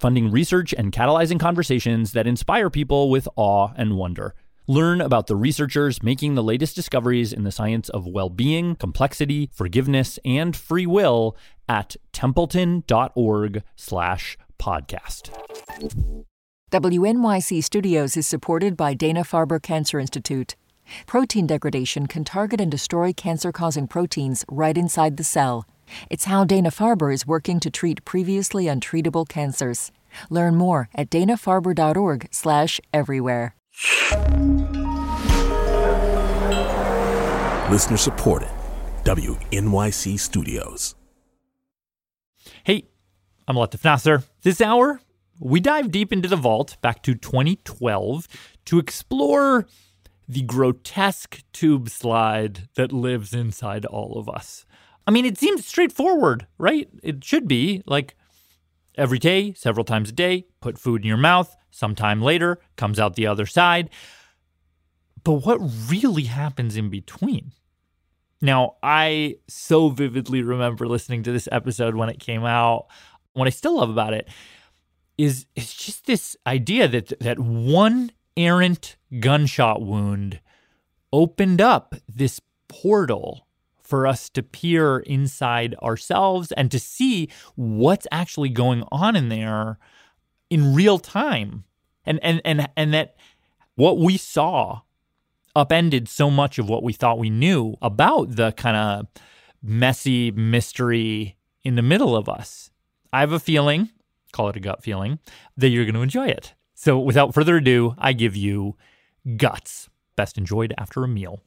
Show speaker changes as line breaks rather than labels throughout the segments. funding research and catalyzing conversations that inspire people with awe and wonder. Learn about the researchers making the latest discoveries in the science of well being, complexity, forgiveness, and free will at templeton.org slash podcast.
WNYC Studios is supported by Dana Farber Cancer Institute. Protein degradation can target and destroy cancer causing proteins right inside the cell. It's how Dana Farber is working to treat previously untreatable cancers. Learn more at danafarber.org/everywhere.
Listener supported. WNYC Studios.
Hey, I'm Latif Nasser. This hour, we dive deep into the vault back to 2012 to explore the grotesque tube slide that lives inside all of us. I mean, it seems straightforward, right? It should be like every day, several times a day, put food in your mouth, sometime later, comes out the other side. But what really happens in between? Now, I so vividly remember listening to this episode when it came out. What I still love about it is it's just this idea that that one errant gunshot wound opened up this portal for us to peer inside ourselves and to see what's actually going on in there in real time. And and and and that what we saw upended so much of what we thought we knew about the kind of messy mystery in the middle of us. I have a feeling, call it a gut feeling, that you're going to enjoy it. So without further ado, I give you guts, best enjoyed after a meal.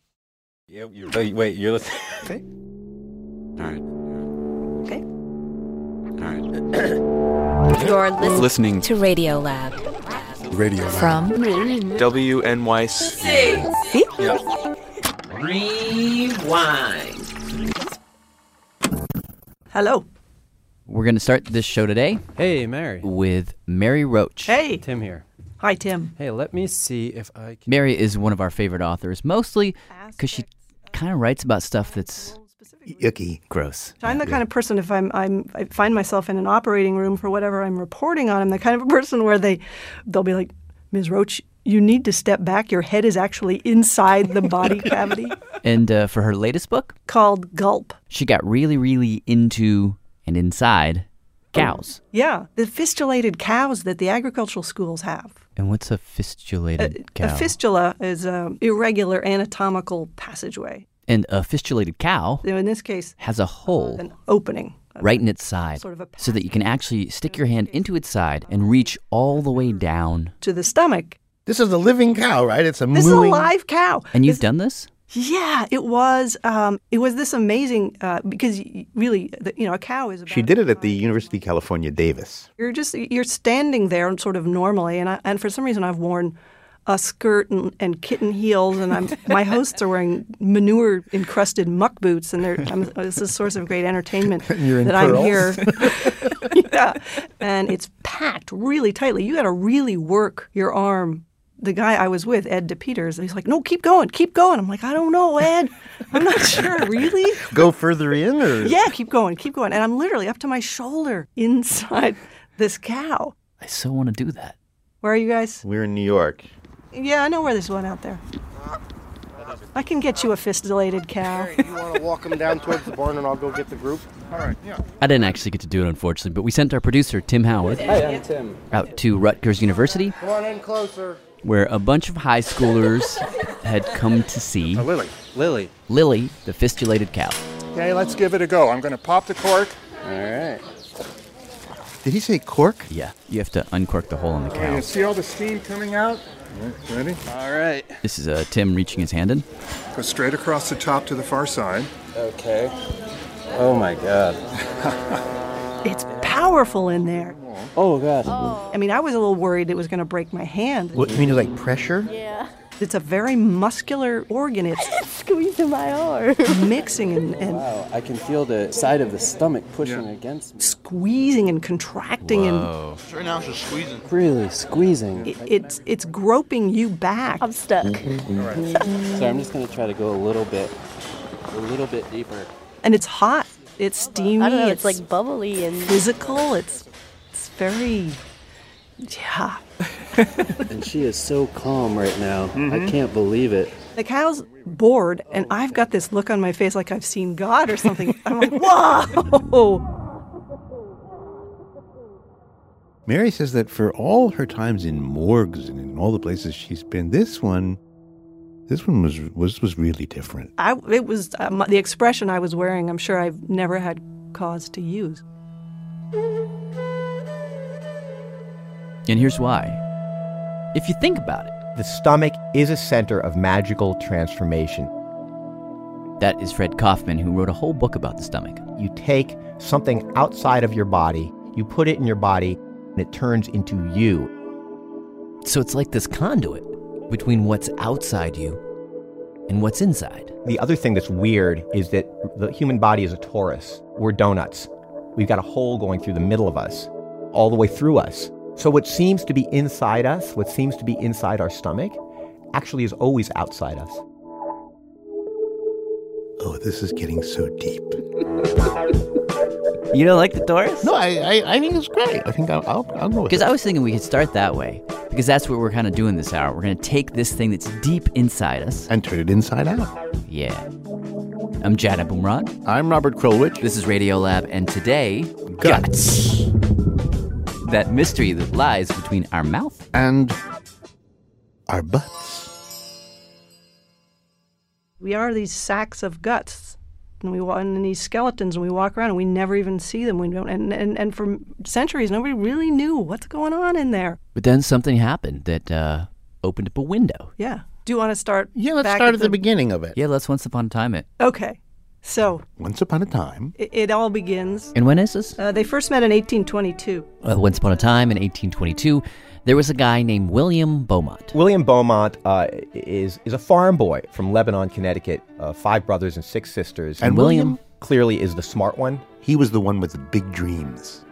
Yeah, you
oh,
wait, wait, you're listening.
Okay.
All right.
Okay.
All right.
You're listening,
Listening
to Radio Lab
radio.
From
WNYC.
Hello.
We're going to start this show today
Hey, Mary.
with Mary Roach.
Hey.
Tim here.
Hi, Tim.
Hey, let me see if I can.
Mary is one of our favorite authors, mostly because she kind of writes about stuff that's
icky, gross.
I'm the kind of person if I'm I'm I find myself in an operating room for whatever I'm reporting on. I'm the kind of person where they they'll be like, Ms. Roach, you need to step back. Your head is actually inside the body cavity
and uh, for her latest book,
called gulp.
she got really, really into and inside cows.
Yeah, the fistulated cows that the agricultural schools have.
And what's a fistulated
Oh. A
cow?
fistula is an irregular anatomical passageway.
and a fistulated cow
In this case,
has a hole
an opening.
right in its side,
Sort of a
so that you can actually stick your hand into its side and reach all the way down.
To the stomach.
This is a living cow, right? It's a
This is a
mooing.
live cow.
And
This-
you've done this?
Yeah, it was. Um, it was this amazing uh, because y- really, the, you know, a cow is. About
She did it at the University of California, Davis.
You're just you're standing there and sort of normally, and I, and for some reason I've worn a skirt and, and kitten heels, and I'm my hosts are wearing manure encrusted muck boots, and they're I'm, this is a source of great entertainment
in
that I'm
pearls.
here. yeah, and it's packed really tightly. You got to really work your arm. The guy I was with, Ed DePeters, he's like, "No, keep going, keep going." I'm like, "I don't know, Ed. I'm not sure, really."
Go further in, or
Yeah, keep going, keep going. And I'm literally up to my shoulder inside this cow.
I so want to do that.
Where are you guys?
we're in New York.
Yeah, I know where there's one out there. I can get you a fistulated cow.
You want to walk him down towards the barn and I'll go get the group?
I didn't actually get to do it, unfortunately, but we sent our producer, Tim Howard,
Hey, I'm Tim.
out to Rutgers University,
Come on in closer.
where a bunch of high schoolers had come to see
Lily.
Lily.
Lily, the fistulated cow.
Okay, let's give it a go. I'm going to pop the cork.
All right.
Did he say cork?
Yeah, you have to uncork the hole in the
You
cow.
see all the steam coming out? Ready?
All right.
This is uh, Tim reaching his hand in.
Go straight across the top to the far side.
Okay. Oh my God.
it's powerful in there.
Oh god.
I mean, I was a little worried it was going to break my hand.
What, you mean like pressure?
Yeah. It's a very muscular organ. It's squeezing my arm. mixing and, and
Wow, Oh, I can feel the side of the stomach pushing against me.
squeezing and contracting
Whoa.
and
Right now it's just squeezing.
Really squeezing.
it, it's it's groping you back. I'm stuck.
So I'm just gonna try to go a little bit, a little bit deeper.
And it's hot. It's steamy.
I don't know,
It's,
it's like bubbly and-
physical. It's it's very yeah.
and she is so calm right now. I can't believe it.
The cow's bored, and I've got this look on my face like I've seen God or something. I'm like, whoa.
Mary says that for all her times in morgues and in all the places she's been, this one, this one was was was really different.
I, it was uh, my, the expression I was wearing. I'm sure I've never had cause to use.
And here's why. If you think about it,
the stomach is a center of magical transformation.
That is Fred Kaufman, who wrote a whole book about the stomach.
You take something outside of your body, you put it in your body, and it turns into you.
So it's like this conduit between what's outside you and what's inside.
The other thing that's weird is that the human body is a torus. We're donuts. We've got a hole going through the middle of us, all the way through us. So what seems to be inside us, what seems to be inside our stomach, actually is always outside us.
Oh, this is getting so deep.
You don't like the Taurus?
No, I, I, I think it's great. I think I'll, I'll, I'll go with
Because I was thinking we could start that way, because that's what we're kind of doing this hour. We're going to take this thing that's deep inside us
and turn it inside out.
Yeah. I'm Jada Boomrod.
I'm Robert Krulwich.
This is Radio Lab, and today, guts. That mystery that lies between our mouth
and our butts.
We are these sacks of guts, and we wa- and these skeletons, and we walk around, and we never even see them. We don't, and, and, and for centuries, nobody really knew what's going on in there.
But then something happened that uh, opened up a window.
Yeah. Do you want to start? Yeah,
let's start at the beginning of it.
Yeah, let's once upon a time it.
Okay, so
Once upon a time.
it, it all begins.
And when is this?
Uh, they first met in 1822.
Uh, once upon a time in 1822, there was a guy named William Beaumont.
William Beaumont uh, is is a farm boy from Lebanon, Connecticut. Uh, five brothers and six sisters.
And And William- William-
clearly is the smart one.
He was the one with the big dreams.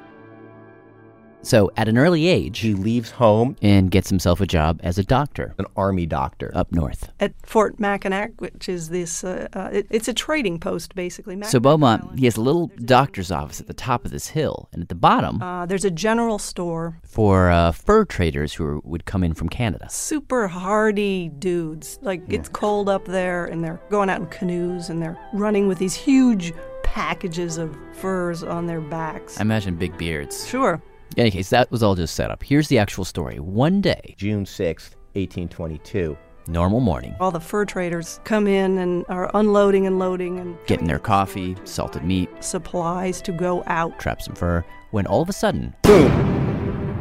So at an early age,
he leaves home
and gets himself a job as a doctor,
an army doctor
up north.
at Fort Mackinac, which is this, uh, uh, it, it's a trading post basically. Mac-
So Beaumont, he has a little doctor's office at the top of this hill, and at the bottom
uh, there's a general store,
for uh, fur traders who were- would come in from Canada.
super hardy dudes. Like it's cold up there, and they're going out in canoes, and they're running with these huge packages of furs on their backs.
I imagine big beards.
Sure.
In any case, that was all just set up. Here's the actual story. One day,
June 6th, 1822,
normal morning,
All the fur traders come in and are unloading and loading and
getting their coffee, salted meat,
supplies to go out.
trap some fur, when all of a sudden, boom!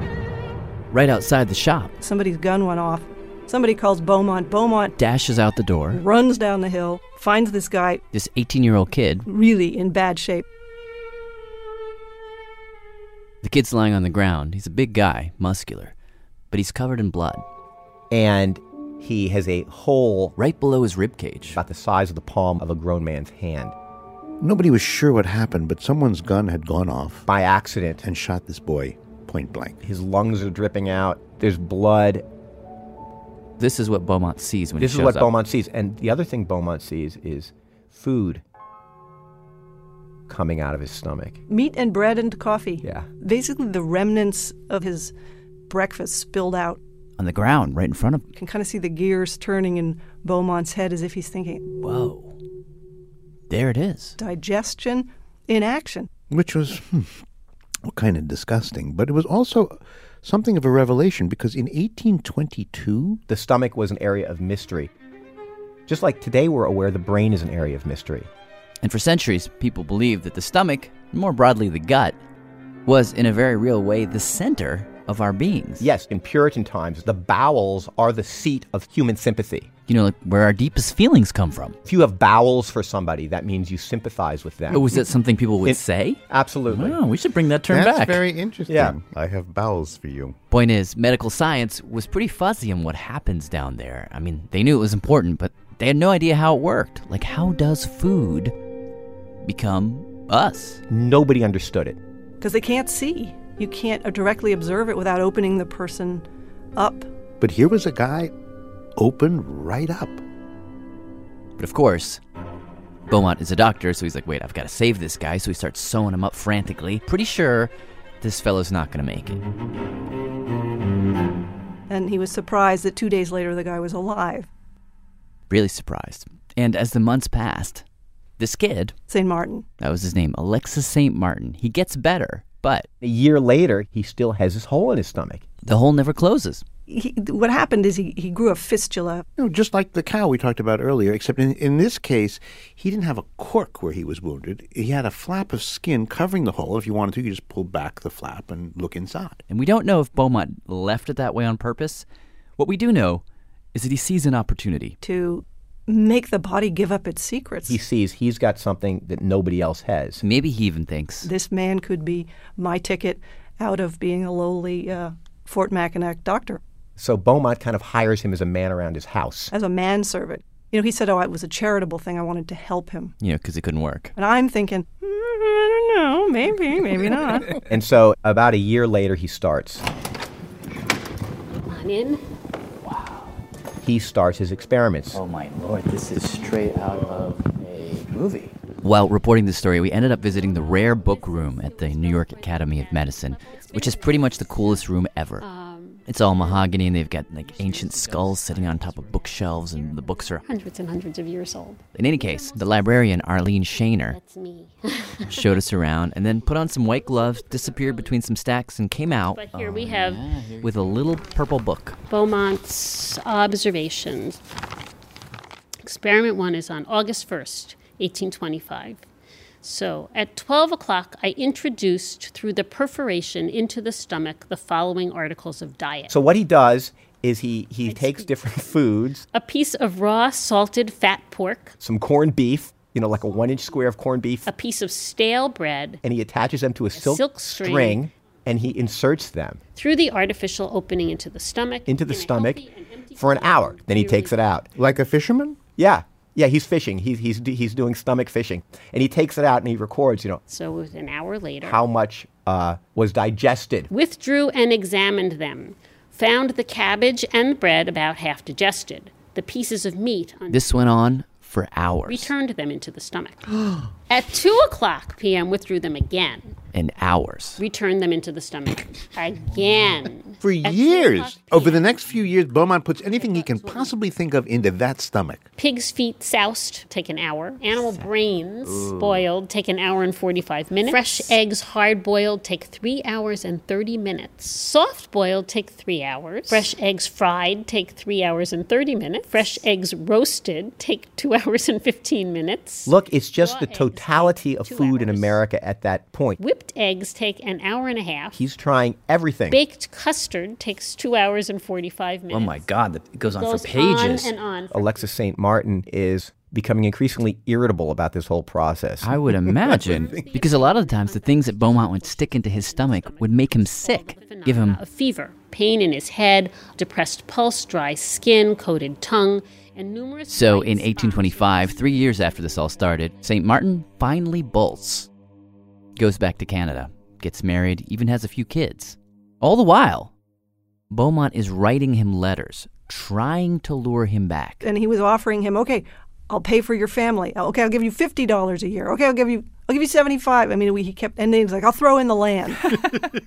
Right outside the shop,
Somebody's gun went off. Somebody calls Beaumont. Beaumont
dashes out the door
runs down the hill, finds this guy
this 18 year old kid.
really in bad shape.
The kid's lying on the ground. He's a big guy, muscular, but he's covered in blood.
and he has a hole
right below his rib cage,
about the size of the palm of a grown man's hand.
Nobody was sure what happened, but someone's gun had gone off
by accident
and shot this boy point blank.
His lungs are dripping out. There's blood.
This is what Beaumont sees when
this
he
is
shows
what
up.
Beaumont sees, and the other thing Beaumont sees is food coming out of his stomach.
Meat and bread and coffee.
Yeah.
Basically, the remnants of his breakfast spilled out.
on the ground right in front of him.
You can kind of see the gears turning in Beaumont's head as if he's thinking,
Whoa. There it is.
digestion in action.
Which was hmm, kind of disgusting, but it was also something of a revelation because in 1822,
The stomach was an area of mystery. Just like today, we're aware the brain is an area of mystery.
And for centuries, people believed that the stomach, and more broadly the gut, was in a very real way the center of our beings.
Yes, in Puritan times, the bowels are the seat of human sympathy.
You know, like where our deepest feelings come from.
If you have bowels for somebody, that means you sympathize with them.
Oh, was that something people would
It-
say?
Absolutely.
Wow, we should bring that term
That's
back.
very interesting.
Yeah.
I have bowels for you.
Point is, medical science was pretty fuzzy on what happens down there. I mean, they knew it was important, but they had no idea how it worked. Like, how does food become us?
Nobody understood it.
because they can't see. You can't uh, directly observe it without opening the person up.
But here was a guy open right up.
But of course, Beaumont is a doctor, so he's like, wait, I've got to save this guy. So he starts sewing him up frantically, pretty sure this fellow's not going to make it.
And he was surprised that two days later the guy was alive.
Really surprised. And as the months passed, this kid,
St. Martin.
that was his name, Alexis St. Martin, he gets better, but
A year later, he still has this hole in his stomach.
the hole never closes.
He, what happened is he, he grew a fistula.
You know, just like the cow we talked about earlier, except in, in this case, he didn't have a cork where he was wounded. He had a flap of skin covering the hole. If you wanted to, you could just pull back the flap and look inside.
And we don't know if Beaumont left it that way on purpose. What we do know is that he sees an opportunity.
to make the body give up its secrets.
He sees he's got something that nobody else has.
Maybe he even thinks,
this man could be my ticket out of being a lowly uh, Fort Mackinac doctor
So Beaumont kind of hires him as a man around his house.
as a manservant. You know, he said, "Oh, it was a charitable thing. I wanted to help him."
you know, because it couldn't work.
And I'm thinking, "Mm, I don't know, maybe, maybe not.
And so about a year later, he starts.
on in.
He starts his experiments.
Oh my lord, this is straight out of a movie.
While reporting this story, we ended up visiting the rare book room at the New York Academy of Medicine, which is pretty much the coolest room ever. It's all mahogany, and they've got like ancient skulls sitting on top of bookshelves, and the books are.
Hundreds and hundreds of years old.
In any case, the librarian Arlene Shaner
That's me.
showed us around, and then put on some white gloves, disappeared between some stacks, and came out Oh, uh,
But here we have
with a little purple book.
Beaumont's observations. Experiment one is on August 1st, 1825. So at 12 o'clock, I introduced through the perforation into the stomach the following articles of diet.
So what he does is he, he takes different foods,
a piece of raw salted fat pork,
some corned beef, you know, like a one inch square of corned beef,
a piece of stale bread,
and he attaches them to a silk,
silk
string,
string.
and he inserts them
through the artificial opening into the stomach.
into the stomach for an hour. Then he takes it out.
Like a fisherman?
Yeah. Yeah, he's fishing. He's, he's, d- he's doing stomach fishing. And he takes it out and he records, you know,
So it was an hour later.
how much uh, was digested.
withdrew and examined them, found the cabbage and bread about half digested, the pieces of meat un-
This went on for hours.
returned them into the stomach. At 2 o'clock p.m., withdrew them again,
and hours.
returned them into the stomach again.
For years. Over the next few years, Beaumont puts anything he can possibly think of into that stomach.
Pig's feet soused, take an hour. Animal brains boiled, take an hour and 45 minutes. Fresh eggs hard boiled, take three hours and 30 minutes. Soft boiled, take three hours. Fresh eggs fried, take three hours and 30 minutes. Fresh eggs roasted, take two hours and 15 minutes.
Look, it's just the totality of food in America at that point.
Whipped eggs take an hour and a half.
He's trying everything.
Baked custard takes two hours and 45
Oh
Oh
minutes.
God, it
goes on for Goes on pages. and on for-
Alexis St. Martin is becoming increasingly irritable about this whole process.
I would imagine, because a lot of the times the things that Beaumont would stick into his stomach would make him sick, give him
A fever, pain in his head, depressed pulse, dry skin, coated tongue, and numerous.
So in 1825, three years after this all started, St. Martin finally bolts, goes back to Canada, gets married, even has a few kids. All the while, Beaumont is writing him letters, trying to lure him back.
And he was offering him, "Okay, I'll pay for your family. Okay, I'll give you fifty dollars a year. Okay, I'll give you." I'll give you seventy-five. I mean, we, he kept, and then he was like, "I'll throw in the land."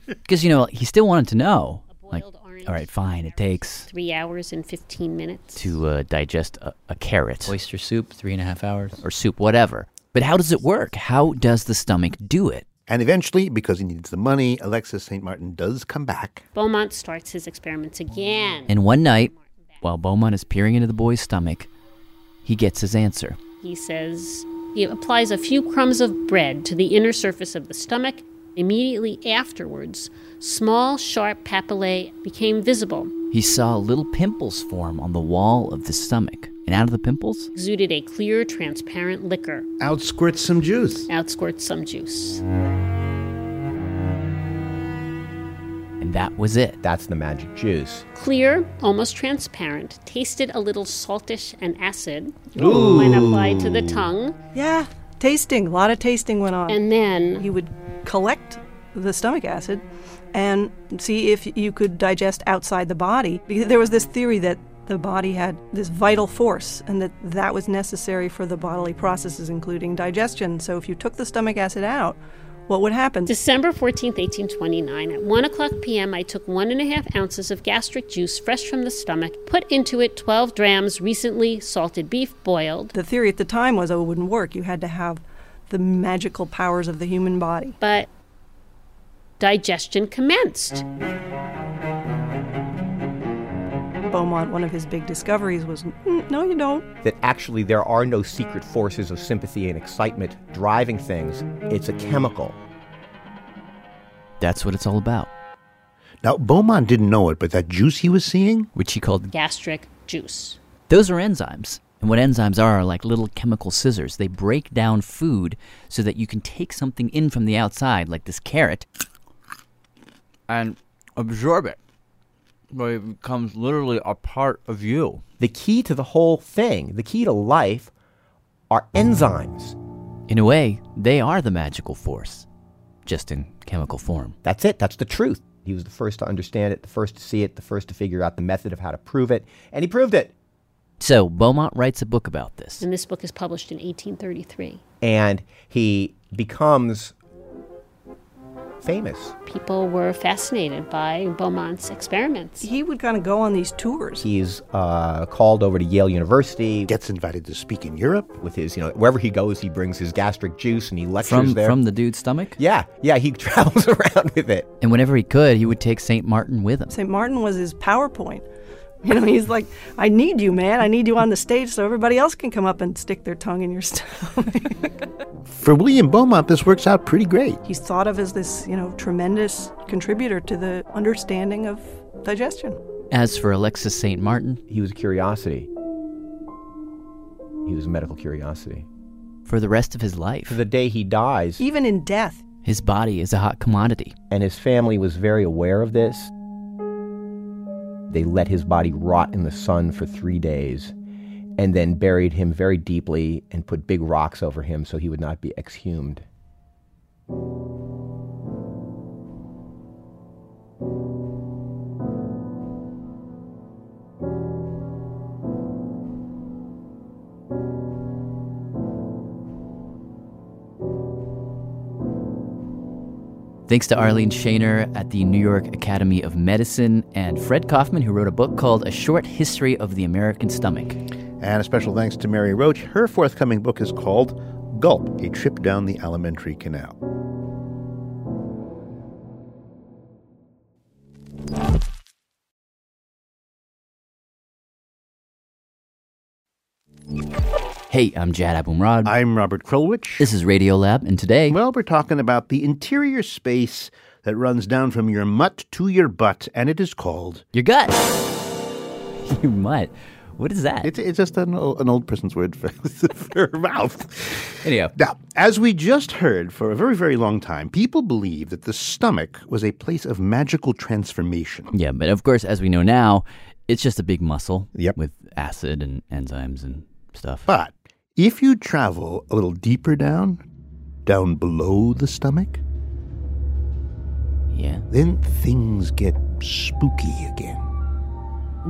Because, you know, he still wanted to know. Like, all right, fine, it takes
Three hours and 15 minutes.
to uh, digest a, a carrot. Oyster soup, three and a half hours. Or soup, whatever. But how does it work? How does the stomach do it?
And eventually, because he needs the money, Alexis St. Martin does come back.
Beaumont starts his experiments again.
And one night, while Beaumont is peering into the boy's stomach, he gets his answer.
He says he applies a few crumbs of bread to the inner surface of the stomach Immediately afterwards, small, sharp papillae became visible,
He saw little pimples form on the wall of the stomach, and out of the pimples,
exuded a clear, transparent liquor,
Out squirts some juice.
out squirts some juice.
and that was it.
That's the magic juice.
Clear, almost transparent, tasted a little saltish and acid
Ooh.
when applied to the tongue.
Yeah, tasting. A lot of tasting went on.
And then
he would collect the stomach acid and see if you could digest outside the body. Because there was this theory that the body had this vital force and that that was necessary for the bodily processes, including digestion. So if you took the stomach acid out, what would happen?
December 14th, 1829, at 1 o'clock p.m., I took one and a half ounces of gastric juice fresh from the stomach, put into it 12 drams recently salted beef boiled.
The theory at the time was oh, it wouldn't work. You had to have the magical powers of the human body.
But digestion commenced.
Beaumont, one of his big discoveries was "Mm, no, you don't.
That actually there are no secret forces of sympathy and excitement driving things. It's a chemical.
That's what it's all about.
Now, Beaumont didn't know it, but that juice he was seeing,
which he called,
Gastric juice.
those are enzymes. And what enzymes are are like little chemical scissors. They break down food so that you can take something in from the outside, like this carrot, and absorb it. But it becomes literally a part of you.
The key to the whole thing, the key to life, are enzymes.
In a way, they are the magical force, just in chemical form.
That's it. That's the truth. He was the first to understand it, the first to see it, the first to figure out the method of how to prove it, and he proved it.
So, Beaumont writes a book about this.
And this book is published in 1833.
And he becomes famous.
People were fascinated by Beaumont's experiments.
He would kind of go on these tours.
He's uh, called over to Yale University
gets invited to speak in Europe.
with his, you know, wherever he goes, he brings his gastric juice and he lectures
From,
there.
from the dude's stomach?
yeah, yeah, he travels around with it.
And whenever he could, he would take St. Martin with him.
St. Martin was his PowerPoint. You know, he's like, I need you, man. I need you on the stage so everybody else can come up and stick their tongue in your stomach.
For William Beaumont, this works out pretty great.
He's thought of as this, you know, tremendous contributor to the understanding of digestion.
As for Alexis St. Martin,
He was a curiosity. He was a medical curiosity.
for the rest of his life,
To the day he dies,
Even in death,
his body is a hot commodity.
and his family was very aware of this. They let his body rot in the sun for three days and then buried him very deeply and put big rocks over him so he would not be exhumed.
Thanks to Arlene Shaner at the New York Academy of Medicine and Fred Kaufman, who wrote a book called A Short History of the American Stomach.
And a special thanks to Mary Roach. Her forthcoming book is called Gulp A Trip Down the Alimentary Canal.
Hey, I'm Jad Abumrad.
I'm Robert Krulwich.
this is Radiolab, and today,
Well, we're talking about the interior space that runs down from your mutt to your butt, and it is called.
your gut. you might. What is that?
It's, it's just an, o- an old person's word for, for mouth.
Anyhow,
Now, as we just heard, for a very, very long time, people believed that the stomach was a place of magical transformation.
yeah, but of course, as we know now, it's just a big muscle
Yep.
with acid and enzymes and stuff.
But if you travel a little deeper down, down below the stomach,
yeah.
then things get spooky again.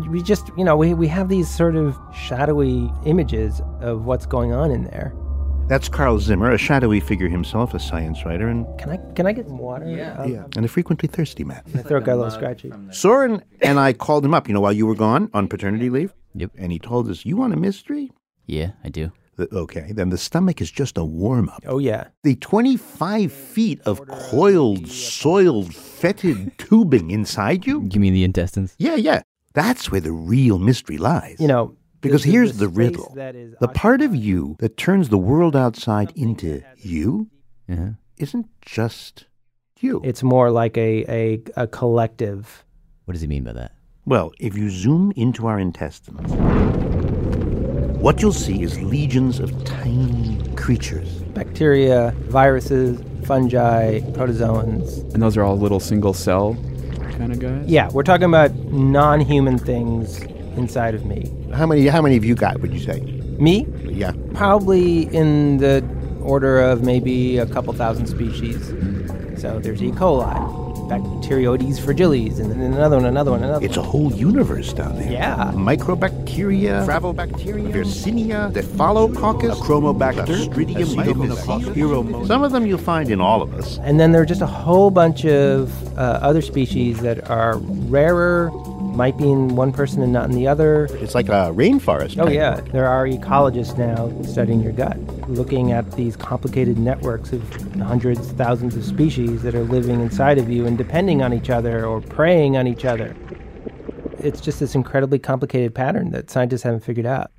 we just you know we, we have these sort of shadowy images of what's going on in there
That's Carl Zimmer, a shadowy figure himself, a science writer, and
can i can i get some water Uh, yeah,
yeah, and a frequently thirsty man.
my throat got a little scratchy
Soren and I called him up, you know, while you were gone on paternity leave.
Yep.
And he told us, You want a mystery?
Yeah, I do.
The- okay, then the stomach is just a warm up.
oh yeah
The 25 feet of coiled, soiled, fetid tubing inside you?
You mean the intestines?
Yeah, yeah. That's where the real mystery lies.
you know
because
this is
here's the
space
riddle
that is
the part of
occupied.
you
Uh-huh.
that turns the world outside into you
Yeah.
isn't just you.
It's more like a, a, a collective.
What does he mean by that?
Well, if you zoom into our intestines, what you'll see is legions of tiny creatures.
Bacteria, viruses, fungi, protozoans.
And those are all little single cell kind of guys?
Yeah, we're talking about non human things inside of me.
How many how many of you got would you say?
Me?
Yeah.
Probably in the order of maybe a couple thousand species.
Mm-hmm.
So there's E. coli, Bacteroides fragilis, and then another one, another one, another
It's a whole universe down there.
Yeah.
Microbacteria, Fravobacteria, Yersinia, Cephalococcus, Chromobacter, Clostridium, Myconococcus, Some of them you'll find in all of us.
And then there are just a whole bunch of uh, other species that are rarer, might be in one person and not in the other.
It's like a rainforest.
Oh, yeah. There are ecologists now studying your gut, looking at these complicated networks of hundreds, thousands of species that are living inside of you and depending on each other or preying on each other. It's just this incredibly complicated pattern that scientists haven't figured out.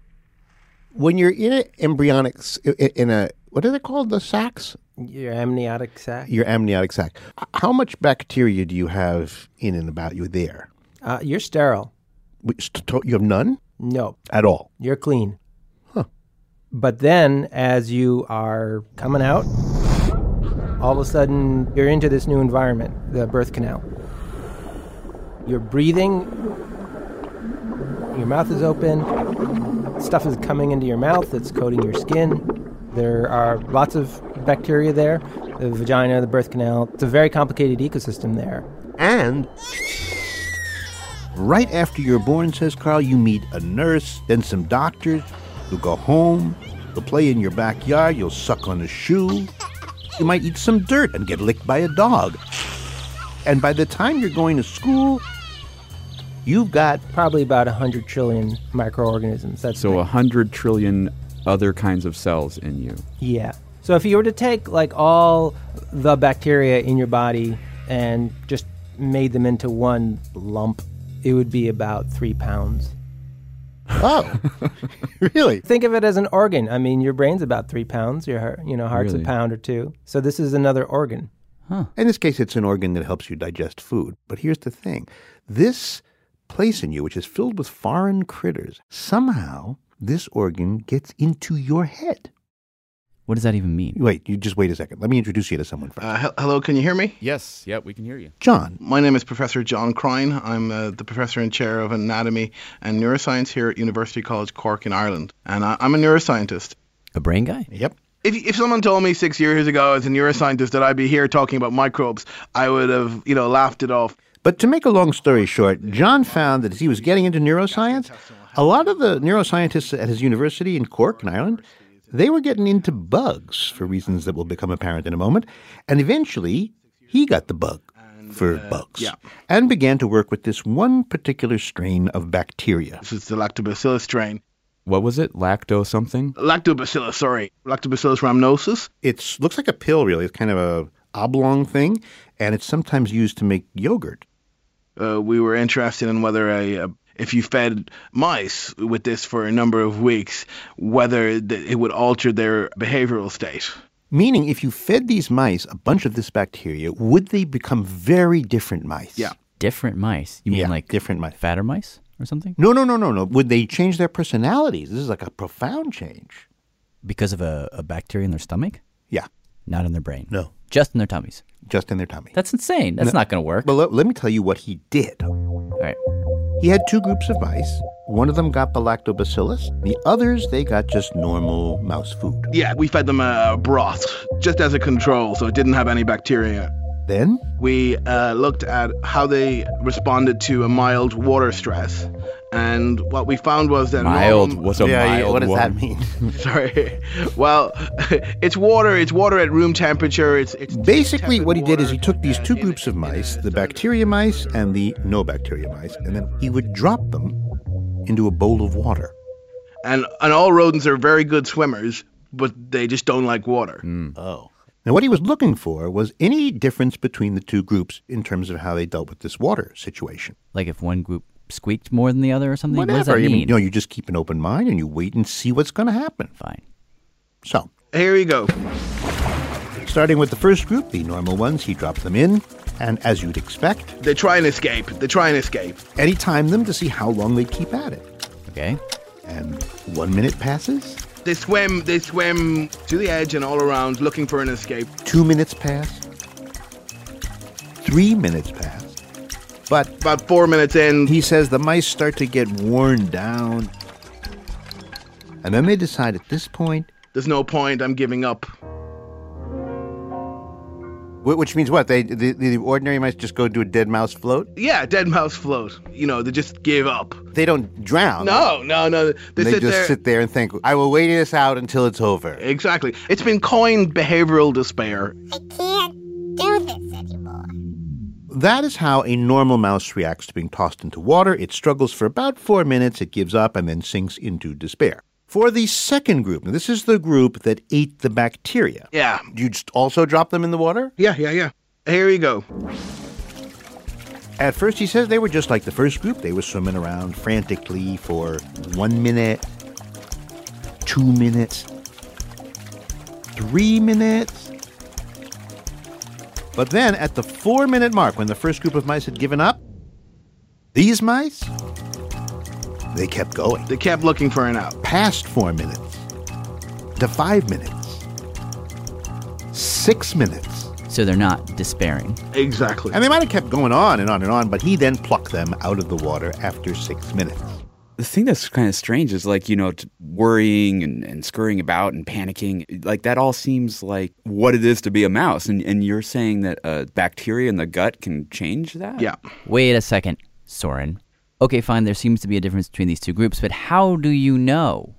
When you're in an embryonic, s- i- i- in a, what are they called? The sacs?
Your amniotic sac.
Your amniotic sac. H- How much bacteria do you have in and about you there?
Uh, you're sterile.
Which t- to- You have none?
No.
At all?
You're clean. But then, as you are coming out, all of a sudden you're into this new environment, the birth canal. You're breathing, your mouth is open, stuff is coming into your mouth that's coating your skin. There are lots of bacteria there, the vagina, the birth canal. It's a very complicated ecosystem there.
And Right after you're born, says Carl, you meet a nurse, then some doctors. You'll go home. You'll play in your backyard. You'll suck on a shoe. You might eat some dirt and get licked by a dog. And by the time you're going to school, you've got
probably about 100 trillion microorganisms. That's
So a hundred trillion other kinds of cells in you.
Yeah. So if you were to take like all the bacteria in your body and just made them into one lump, it would be about three pounds.
Oh, really?
Think of it as an organ. I mean, your brain's about three pounds. Your heart, you know, heart's
Really?
a pound or two. So this is another organ.
In this case, it's an organ that helps you digest food. But here's the thing this place in you, which is filled with foreign critters, somehow this organ gets into your head.
What does that even mean?
Wait, you just wait a second. Let me introduce you to someone first.
Uh, hel- hello, can you hear me?
Yes, yeah, we can hear you.
John.
My name is Professor John Crine. I'm uh, the professor and chair of anatomy and neuroscience here at University College Cork in Ireland. And I- I'm a neuroscientist.
A brain guy?
Yep.
If, if someone told me six years ago as a neuroscientist that I'd be here talking about microbes, I would have, you know, laughed it off.
But to make a long story short, John found that as he was getting into neuroscience, a lot of the neuroscientists at his university in Cork in Ireland, they were getting into bugs for reasons that will become apparent in a moment. And eventually, he got the bug for bugs
uh, yeah.
and began to work with this one particular strain of bacteria.
This is the lactobacillus strain.
What was it? Lacto something?
Lactobacillus, sorry. Lactobacillus rhamnosus.
It looks like a pill, really. It's kind of a oblong thing, and it's sometimes used to make yogurt.
uh, we were interested in whether a, a if you fed mice with this for a number of weeks, whether th- it would alter their behavioral state.
Meaning, if you fed these mice a bunch of this bacteria, would they become very different mice?
Yeah.
Different mice? You mean like
different mice.
fatter mice or something?
No, no, no, no, no. Would they change their personalities? This is like a profound change.
Because of a, a bacteria in their stomach?
Yeah.
Not in their brain.
No.
Just in their tummies.
Just in their tummy.
That's insane. That's
No.
not going to work.
Well, let, let me tell you what he did.
All right.
He had two groups of mice. One of them got the lactobacillus. The others, they got just normal mouse food.
Yeah, we fed them a broth just as a control, so it didn't have any bacteria.
Then?
We uh, looked at how they responded to a mild water stress. And what we found was that
Mild?
normal-
What's a Yeah, yeah, what mild does that one?
mean?
Sorry. Well, it's water. It's water at room temperature. It's, it's
Basically, what he did is he took these two groups of mice, the bacteria mice and the no bacteria mice, and then he would drop them into a bowl of water.
and and all rodents are very good swimmers, but they just don't like water.
Oh. Now, what he was looking for was any difference between the two groups in terms of how they dealt with this water situation.
Like if one group squeaked more than the other or something?
Whatever.
What does that
you
mean?
no, you just keep an open mind and you wait and see what's going to happen.
Fine.
So
Here we go.
Starting with the first group, the normal ones, he dropped them in, and as you'd expect,
They try and escape. They try and escape.
and he timed them to see how long they keep at it.
Okay.
And one minute passes,
They swim. They swim to the edge and all around, looking for an escape.
two minutes pass, three minutes pass. But
about four minutes in,
he says the mice start to get worn down. And then they decide at this point,
There's no point. I'm giving up.
wh- which means what? They the, the ordinary mice just go do a dead mouse float.
Yeah, dead mouse float. You know, they just give up.
They don't drown.
No, no, no. They,
They,
sit
just
there.
sit there and think, I will wait this out until it's over.
Exactly. It's been coined behavioral despair.
That is how a normal mouse reacts to being tossed into water. It struggles for about four minutes, it gives up, and then sinks into despair. For the second group, now this is the group that ate the bacteria.
Yeah.
You just also drop them in the water?
Yeah, yeah, yeah. Here you go.
At first, he says they were just like the first group. They were swimming around frantically for one minute, two minutes, three minutes. But then, at the four minute mark, when the first group of mice had given up, these mice, they kept going.
They kept looking for an out.
Past four minutes, to five minutes, six minutes.
So they're not despairing.
Exactly.
And they might have kept going on and on and on, but he then plucked them out of the water after six minutes.
The thing that's kind of strange is like, you know, t- worrying and, and scurrying about and panicking. Like, that all seems like what it is to be a mouse. And, and you're saying that uh, bacteria in the gut can change that?
Yeah.
Wait a second, Soren. Okay, fine, there seems to be a difference between these two groups, but how do you know?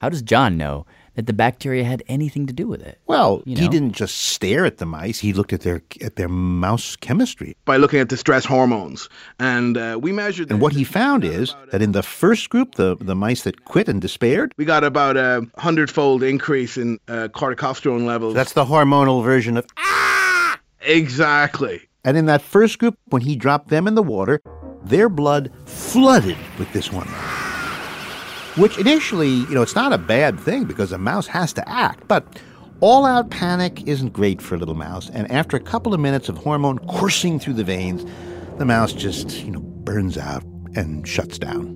How does John know that the bacteria had anything to do with it?
Well,
You
he
know?
didn't just stare at the mice. He looked at their at their mouse chemistry.
By looking at the stress hormones. And uh, we measured.
And what he found is that in the first group, the, the mice that quit and despaired,
We got about a hundredfold increase in uh, corticosterone levels.
that's the hormonal version of. "Ah!"
exactly.
And in that first group, when he dropped them in the water, their blood flooded with this one. Which initially, you know, it's not a bad thing because a mouse has to act, but all out panic isn't great for a little mouse. And after a couple of minutes of hormone coursing through the veins, the mouse just, you know, burns out and shuts down.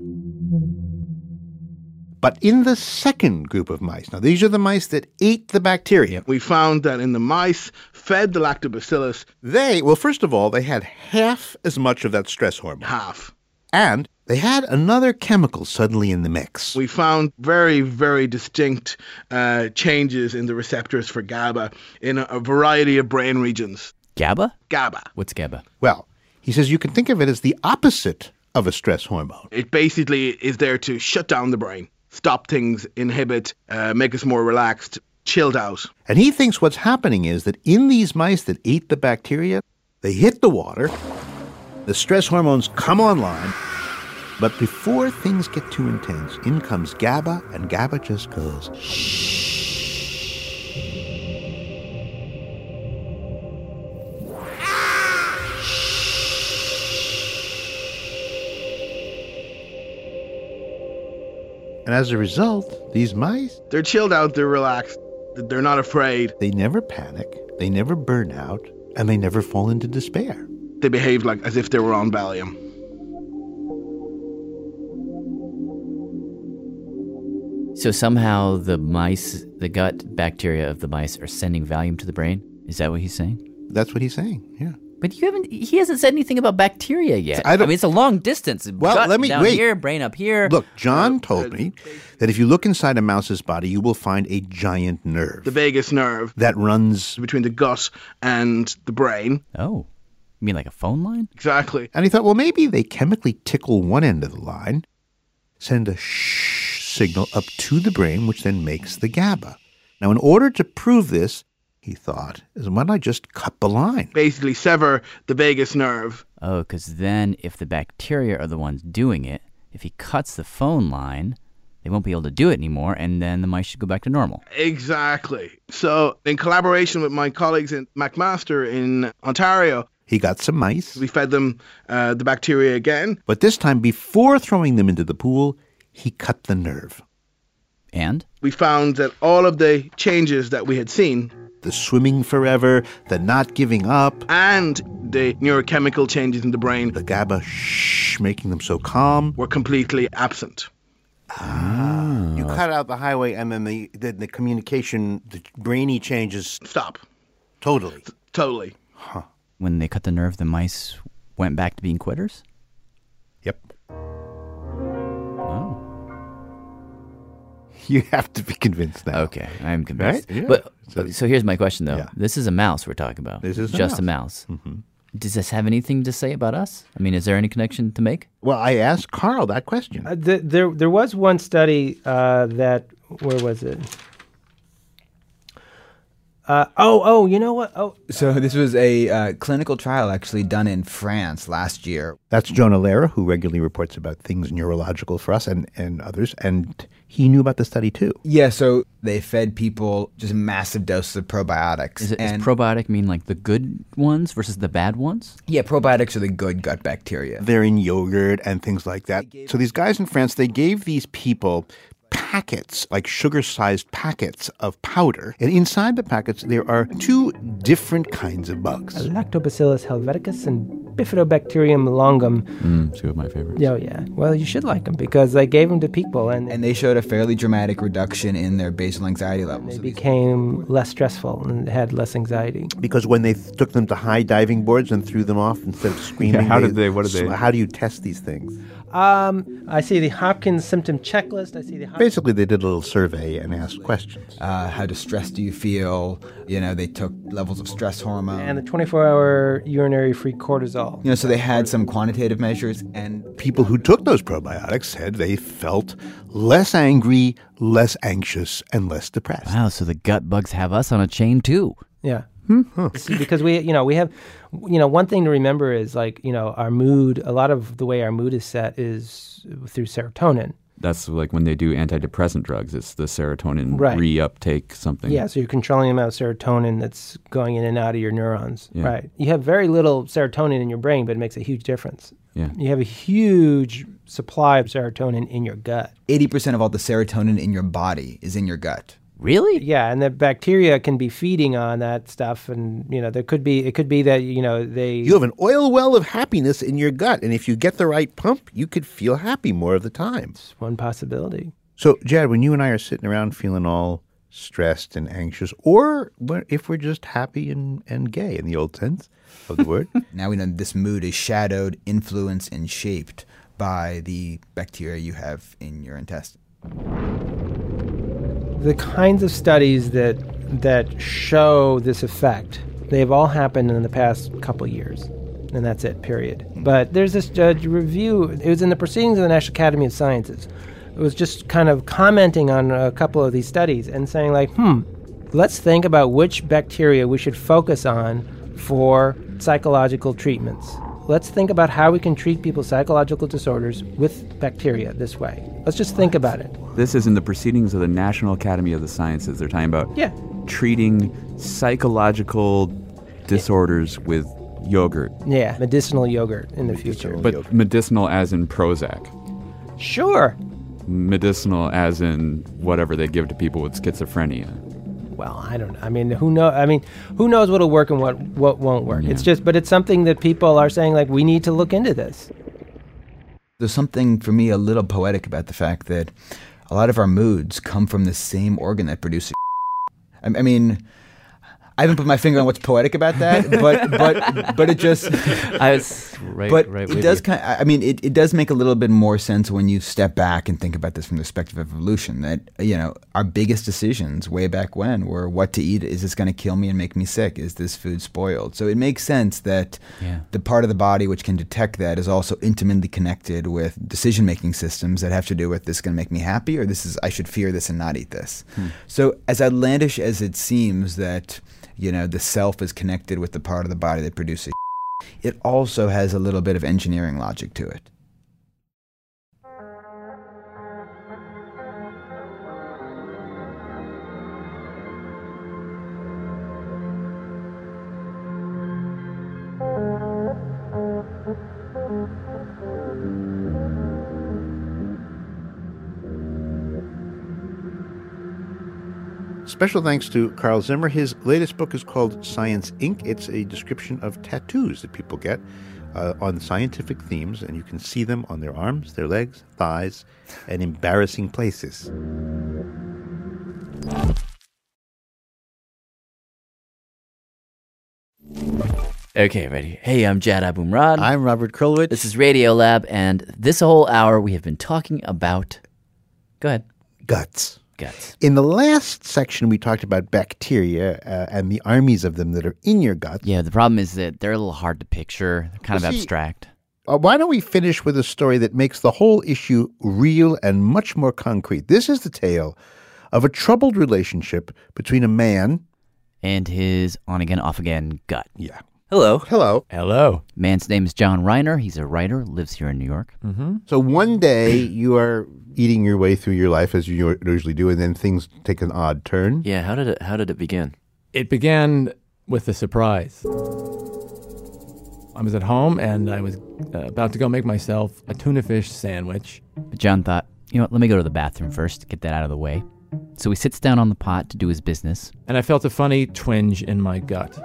But in the second group of mice, now these are the mice that ate the bacteria.
We found that in the mice fed the lactobacillus
They, well, first of all, they had half as much of that stress hormone.
half.
And they had another chemical suddenly in the mix.
We found very, very distinct uh, changes in the receptors for GABA in a, a variety of brain regions.
GABA?
GABA.
What's GABA?
Well, he says you can think of it as the opposite of a stress hormone.
It basically is there to shut down the brain, stop things, inhibit, uh, make us more relaxed, chilled out.
And he thinks what's happening is that in these mice that ate the bacteria, they hit the water, the stress hormones come online, but before things get too intense, in comes GABA, and GABA just goes, and as a result, these mice,
They're chilled out, they're relaxed, they're not afraid,
they never panic, they never burn out, and they never fall into despair.
they behave like as if they were on Valium.
So somehow the mice, the gut bacteria of the mice are sending Valium to the brain? Is that what he's saying?
That's what he's saying, yeah.
But you haven't, he hasn't said anything about bacteria yet.
I
I,
don't-
mean, it's a long distance.
Well,
Gut
let me-
down
wait.
here, brain up here.
Look,
Uh,
John told me that if you look inside a mouse's body, you will find a giant nerve
The vagus nerve
that runs.
between the gut and the brain.
Oh, you mean like a phone line?
Exactly.
And he thought, well, maybe they chemically tickle one end of the line, send a shh signal up to the brain, which then makes the GABA. Now, in order to prove this, he thought, is why don't I just cut the line?
Basically, sever the vagus nerve.
Oh, because then if the bacteria are the ones doing it, if he cuts the phone line, they won't be able to do it anymore, and then the mice should go back to normal.
Exactly. So, in collaboration with my colleagues in McMaster in Ontario,
He got some mice,
we fed them uh, the bacteria again.
but this time, before throwing them into the pool, he cut the nerve.
And?
We found that all of the changes that we had seen
the swimming forever, the not giving up,
and the neurochemical changes in the brain,
the GABA shh, making them so calm,
were completely absent.
Ah.
Uh-huh.
You cut out the highway and then the, the, the communication, the brainy changes.
Stop.
Totally.
Totally.
Huh. When they cut the nerve, the mice went back to being quitters?
Yep.
Oh.
You have to be convinced now.
Okay, I'm convinced.
Right? Yeah.
But so, here's my question though.
Yeah.
This is a mouse we're talking about.
This is a Mm-hmm.
just a mouse. Does this have anything to say about us? I mean, is there any connection to make?
Well, I asked Carl that question.
Uh, th- there, there was one study uh, that where was it? Uh, oh, oh, you know what? Oh,
So this was a uh, clinical trial actually done in France last year.
That's Jonah Lehrer, who regularly reports about things neurological for us and, and others. And he knew about the study too.
Yeah, so they fed people just massive doses of probiotics.
Is it, does probiotic mean like the good ones versus the bad ones?
Yeah, probiotics are the good gut bacteria.
They're in yogurt and things like that. So these guys in France, they gave these people packets, like sugar-sized packets of powder, and inside the packets there are two different kinds of bugs.
Lactobacillus helveticus and Bifidobacterium longum.
Mm.
two of my favorites.
Yeah, yeah. Well, you should like them because I gave them to people and
And they showed a fairly dramatic reduction in their basal anxiety levels.
they became less stressful and had less anxiety.
Because when they took them to high diving boards and threw them off instead of screaming,
how did they- what did they-
How do you test these things?
Um, I see the Hopkins symptom checklist. I see the Hopkins.
Basically, they did a little survey and asked questions.
Uh, how distressed do you feel? You know, they took levels of stress hormone.
And the 24 hour urinary free cortisol.
you know, so they had some quantitative measures and
People who took those probiotics said they felt less angry, less anxious, and less depressed.
Wow, so the gut bugs have us on a chain too.
Yeah. See, because we, you know, we have, you know, one thing to remember is like, you know, our mood, a lot of the way our mood is set is through serotonin.
That's like when they do antidepressant drugs. It's the serotonin
Right.
reuptake something.
Yeah, so you're controlling the amount of serotonin that's going in and out of your neurons.
Yeah.
Right. You have very little serotonin in your brain, but it makes a huge difference.
Yeah.
You have a huge supply of serotonin in your gut.
80% of all the serotonin in your body is in your gut.
Really?
Yeah, and the bacteria can be feeding on that stuff and you know, there could be it could be that, you know, they
You have an oil well of happiness in your gut, and if you get the right pump, you could feel happy more of the time. It's
one possibility.
So, Jad, when you and I are sitting around feeling all stressed and anxious, or when- if we're just happy and, and gay in the old sense of the word,
Now we know this mood is shadowed, influenced, and shaped by the bacteria you have in your intestine.
the kinds of studies that that show this effect they've all happened in the past couple years and that's it period but there's this judge review it was in the proceedings of the national academy of sciences it was just kind of commenting on a couple of these studies and saying like hmm let's think about which bacteria we should focus on for psychological treatments let's think about how we can treat people's psychological disorders with bacteria this way let's just think about it
This is in the proceedings of the National Academy of the Sciences. They're talking about
Yeah.
treating psychological disorders with yogurt,
yeah medicinal yogurt in the future
but medicinal as in Prozac,
Sure.
medicinal as in whatever they give to people with schizophrenia.
Well, I don't. I mean, who know? I mean, who knows what'll work and what what won't work? It's just, but it's something that people are saying like we need to look into this.
There's something for me a little poetic about the fact that a lot of our moods come from the same organ that produces. I I mean, I haven't put my finger on what's poetic about that, but but but it just.
I was right.
but
right
it
with
does
you.
kind. I mean, it, it does make a little bit more sense when you step back and think about this from the perspective of evolution. That you know, our biggest decisions way back when were what to eat. Is this going to kill me and make me sick? Is this food spoiled? So it makes sense that
Yeah.
the part of the body which can detect that is also intimately connected with decision making systems that have to do with this is going to make me happy or this is I should fear this and not eat this.
Hmm.
So as outlandish as it seems that you know the self is connected with the part of the body that produces it also has a little bit of engineering logic to it.
Special thanks to Carl Zimmer. His latest book is called Science Inc. It's a description of tattoos that people get uh, on scientific themes, and you can see them on their arms, their legs, thighs, and embarrassing places.
Okay, ready. Hey, I'm Jad Abumrad.
I'm Robert Krulwich.
This is Radio Lab, and this whole hour we have been talking about. Go ahead.
Guts.
Guts.
In the last section, we talked about bacteria uh, and the armies of them that are in your guts.
Yeah, the problem is that they're a little hard to picture, they're kind
Well,
of
see-
abstract.
Uh, why don't we finish with a story that makes the whole issue real and much more concrete? This is the tale of a troubled relationship between a man
and his on again, off again gut.
Yeah.
Hello.
Hello.
Hello. Man's name is John Reiner. He's a writer, lives here in New York.
Mm-hmm.
So one day you are eating your way through your life as you usually do, and then things take an odd turn.
Yeah, how did it how did it begin? It began with a surprise. I was at home and I was uh, about to go make myself a tuna fish sandwich.
But John thought, you know what, let me go to the bathroom first, get that out of the way. So he sits down on the pot to do his business.
And I felt a funny twinge in my gut.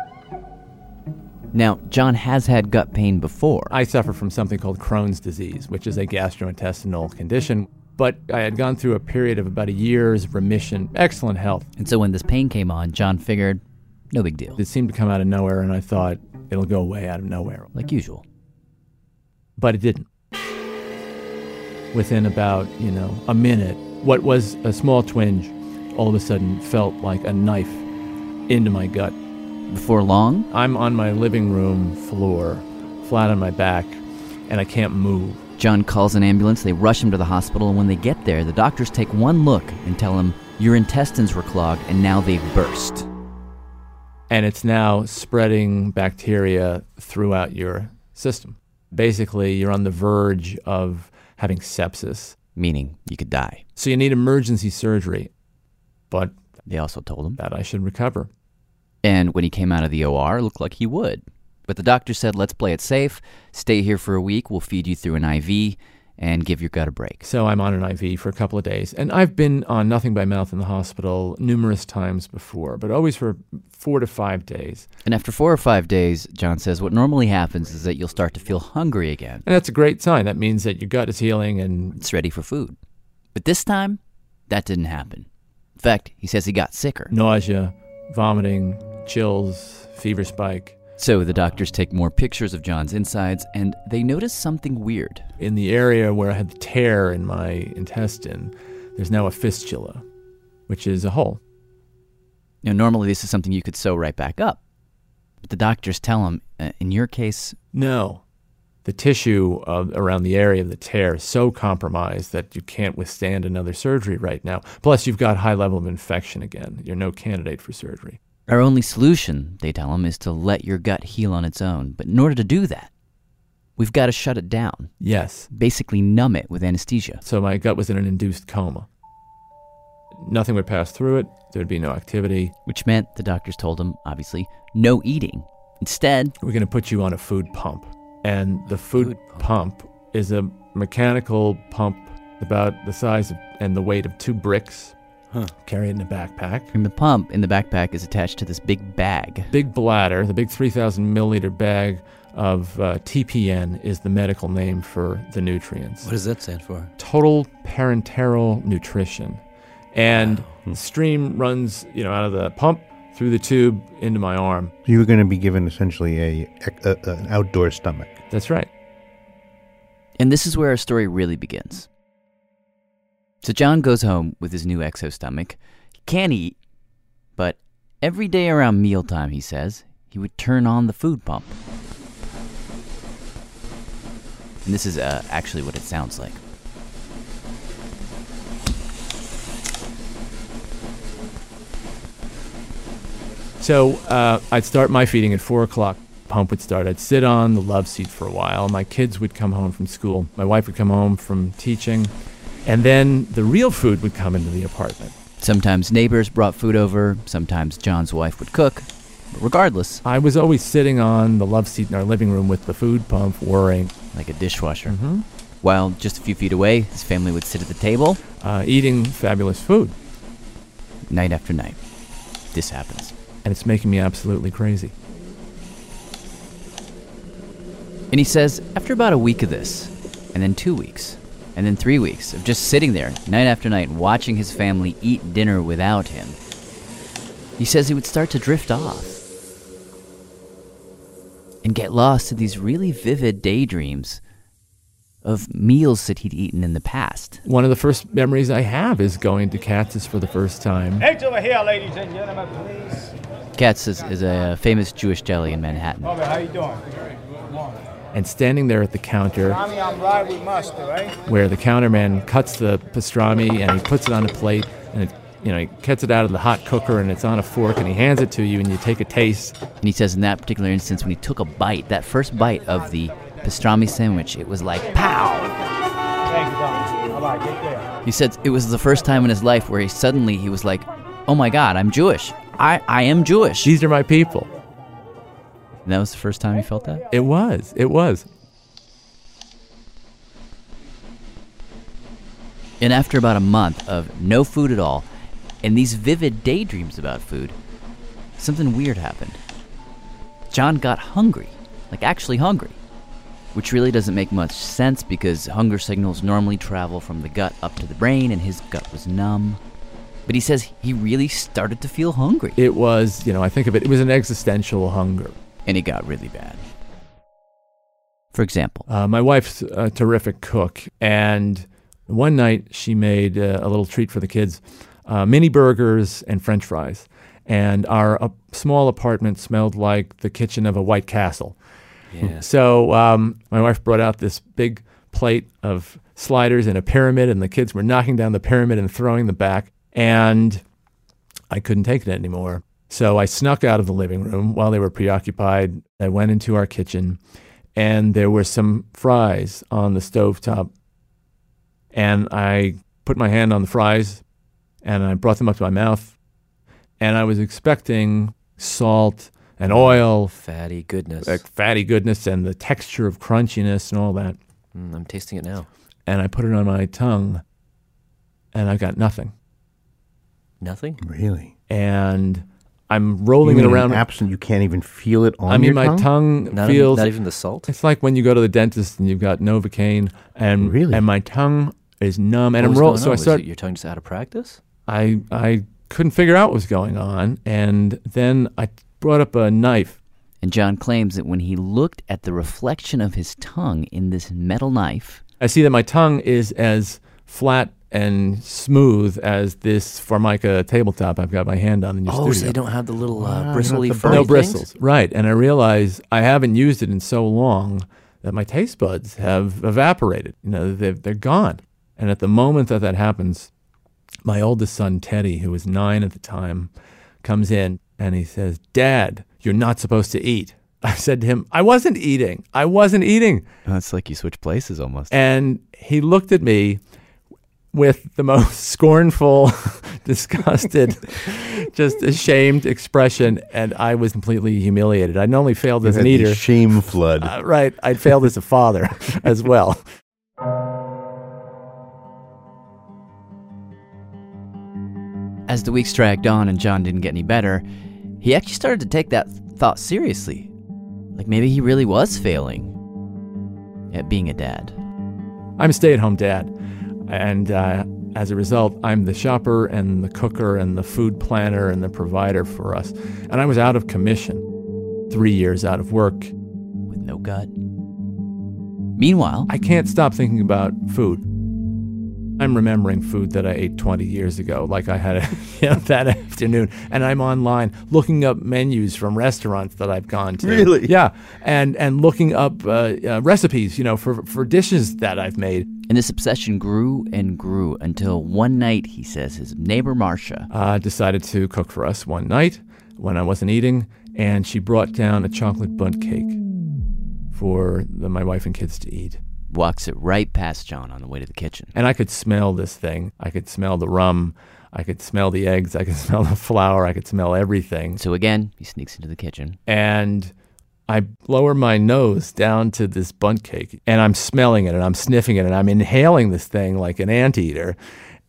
Now, John has had gut pain before.
I suffer from something called Crohn's disease, which is a gastrointestinal condition. But I had gone through a period of about a year's remission, excellent health.
And so when this pain came on, John figured, no big deal.
It seemed to come out of nowhere, and I thought it'll go away out of nowhere.
Like usual.
But it didn't. Within about, you know, a minute, what was a small twinge all of a sudden felt like a knife into my gut.
Before long?
I'm on my living room floor, flat on my back, and I can't move.
John calls an ambulance, they rush him to the hospital, and when they get there, the doctors take one look and tell him, your intestines were clogged and now they've burst.
and it's now spreading bacteria throughout your system. Basically, you're on the verge of having sepsis,
meaning you could die.
So you need emergency surgery. But
they also told him
that I should recover.
And when he came out of the OR, it looked like he would. But the doctor said, let's play it safe, stay here for a week, we'll feed you through an IV, and give your gut a break.
So I'm on an IV for a couple of days, and I've been on nothing by mouth in the hospital numerous times before, but always for four to five days.
And after four or five days, John says, what normally happens is that you'll start to feel hungry again.
And that's a great sign. That means that your gut is healing and
it's ready for food. But this time, that didn't happen. In fact, he says he got sicker.
Nausea, vomiting, chills, fever spike.
So the doctors take more pictures of John's insides, and they notice something weird.
In the area where I had the tear in my intestine, there's now a fistula, which is a hole.
Now, normally this is something you could sew right back up. But the doctors tell him, uh, in your case,
No. The tissue uh, around the area of the tear is so compromised that you can't withstand another surgery right now. Plus, you've got high level of infection again. You're no candidate for surgery.
Our only solution, they tell him, is to let your gut heal on its own. But in order to do that, we've got to shut it down.
Yes.
Basically, numb it with anesthesia.
So my gut was in an induced coma. Nothing would pass through it. There'd be no activity.
Which meant the doctors told him, obviously, no eating. Instead,
we're going to put you on a food pump. And the food, pump. is a mechanical pump about the size of, and the weight of two bricks carried in a backpack.
And the pump in the backpack is attached to this big bag.
Big bladder, the big 3,000 milliliter bag of uh, TPN is the medical name for the nutrients.
What does that stand for?
Total parenteral nutrition. And
Hmm.
the stream runs, you know, out of the pump through the tube into my arm.
You were going to be given essentially a, a, a- an outdoor stomach.
That's right.
And this is where our story really begins. So John goes home with his new exostomach. He can eat, but every day around mealtime, he says, he would turn on the food pump. And this is uh, actually what it sounds like.
So uh, I'd start my feeding at four o'clock. Pump would start. I'd sit on the love seat for a while. My kids would come home from school. My wife would come home from teaching, and then the real food would come into the apartment.
Sometimes neighbors brought food over, sometimes John's wife would cook. But regardless,
I was always sitting on the love seat in our living room with the food pump Mm-hmm. whirring
like a dishwasher. While just a few feet away, his family would sit at the table,
uh, eating fabulous food.
night after night. this happens.
And it's making me absolutely crazy.
And he says, after about a week of this, and then two weeks, and then three weeks of just sitting there night after night watching his family eat dinner without him, he says he would start to drift off and get lost in these really vivid daydreams of meals that he'd eaten in the past.
One of the first memories I have is going to Katz's for the first time.
Heads over here, ladies and gentlemen, please.
Katz is, is a famous Jewish deli in Manhattan.
Over, how you doing?
And standing there at the counter,
Tommy, I'm right with mustard, right?
where the counterman cuts the pastrami and he puts it on a plate and it, you know he cuts it out of the hot cooker and it's on a fork and he hands it to you and you take a taste.
And he says in that particular instance, when he took a bite, that first bite of the pastrami sandwich, it was like pow!
Thank you, Tommy. All right, get there.
He said it was the first time in his life where he suddenly he was like, oh my God, I'm Jewish. I, I am Jewish.
These are my people.
And that was the first time he felt that?
It was. It was.
And after about a month of no food at all and these vivid daydreams about food, something weird happened. John got hungry, like actually hungry, which really doesn't make much sense because hunger signals normally travel from the gut up to the brain and his gut was numb. But he says he really started to feel hungry.
It was, you know, I think of it, it was an existential hunger.
And it got really bad. For example,
Uh, my wife's a terrific cook, and one night she made uh, a little treat for the kids: uh, mini burgers and French fries. And our uh, small apartment smelled like the kitchen of a White Castle.
Yeah.
So um, my wife brought out this big plate of sliders in a pyramid, and the kids were knocking down the pyramid and throwing them back. And I couldn't take it anymore. So I snuck out of the living room while they were preoccupied. I went into our kitchen, and there were some fries on the stovetop. And I put my hand on the fries and I brought them up to my mouth. And I was expecting salt and oil,
Fatty goodness.
like fatty goodness and the texture of crunchiness and all that.
Mm, I'm tasting it now.
And I put it on my tongue, and I got nothing.
Nothing?
Really? And I'm rolling
You
it
mean
around.
Absent, you can't even feel it on
I mean,
your
my
tongue.
tongue
Not even-
feels
not even the salt?
It's like when you go to the dentist and you've got Novocaine, and really, and my tongue is numb, and
What
I'm
was
rolling.
going on?
So I
Was
start.
it your tongue just out of practice?
I I couldn't figure out what was going on, and then I brought up a knife.
And John claims that when he looked at the reflection of his tongue in this metal knife,
I see that my tongue is as flat and smooth as this Formica tabletop I've got my hand on in your
Oh, so
studio.
they don't have the little
Ah,
uh,
not
bristly
the
furry
no
things?
bristles, right? And I realize I haven't used it in so long that my taste buds have evaporated. You know, they've, they're gone. And at the moment that that happens, my oldest son Teddy, who was nine at the time, comes in and he says, "Dad, you're not supposed to eat." I said to him, "I wasn't eating. I wasn't eating."
It's like you switch places almost.
And he looked at me with the most scornful, disgusted, just ashamed expression. And I was completely humiliated. I'd not only failed
You
as
had
an
the
eater,
Shame flood.
uh, right? I'd failed as a father as well.
As the weeks dragged on and John didn't get any better, he actually started to take that thought seriously. Like maybe he really was failing at being a dad.
I'm a stay at home dad. And uh, as a result, I'm the shopper and the cooker and the food planner and the provider for us. And I was out of commission, three years out of work.
With no gut. Meanwhile,
I can't stop thinking about food. I'm remembering food that I ate 20 years ago, like I had you know, that afternoon. And I'm online looking up menus from restaurants that I've gone to.
Really?
Yeah. And, and looking up uh, uh, recipes, you know, for, for dishes that I've made.
And this obsession grew and grew until one night, he says, his neighbor Marcia
uh, decided to cook for us one night when I wasn't eating, and she brought down a chocolate bundt cake for the, my wife and kids to eat.
walks it right past John on the way to the kitchen.
And I could smell this thing. I could smell the rum. I could smell the eggs. I could smell the flour. I could smell everything.
So again, he sneaks into the kitchen.
And I lower my nose down to this bundt cake and I'm smelling it and I'm sniffing it and I'm inhaling this thing like an anteater.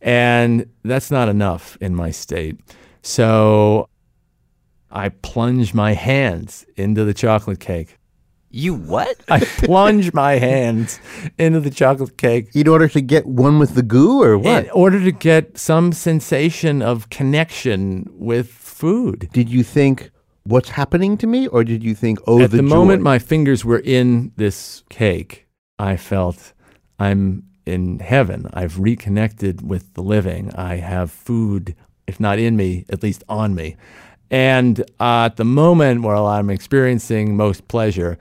And that's not enough in my state. So I plunge my hands into the chocolate cake.
You what?
I plunge my hands into the chocolate cake.
In order to get one with the goo or what?
In order to get some sensation of connection with food.
Did you think what's happening to me, or did you think oh
At the,
joy?
moment my fingers were in this cake, I felt I'm in heaven. I've reconnected with the living. I have food, if not in me, at least on me. And uh, at the moment where I'm experiencing most pleasure,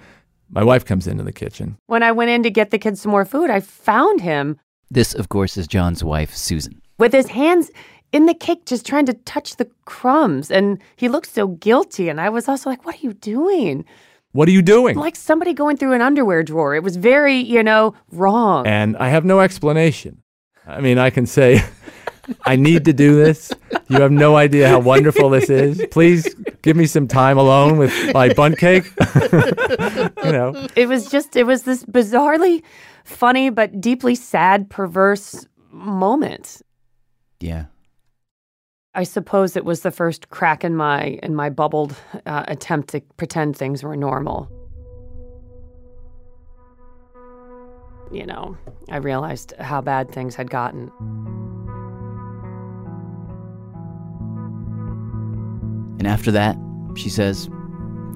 my wife comes into the kitchen.
When I went in to get the kids some more food, I found him
This, of course, is John's wife, Susan.
with his hands in the cake, just trying to touch the crumbs. And he looked so guilty. And I was also like, What are you doing?
What are you doing?
Like somebody going through an underwear drawer. It was very, you know, wrong.
And I have no explanation. I mean, I can say, I need to do this. You have no idea how wonderful this is. Please give me some time alone with my bun cake. you know,
It was just, it was this bizarrely funny, but deeply sad, perverse moment.
Yeah.
I suppose it was the first crack in my in my bubbled uh, attempt to pretend things were normal. You know, I realized how bad things had gotten.
And after that, she says,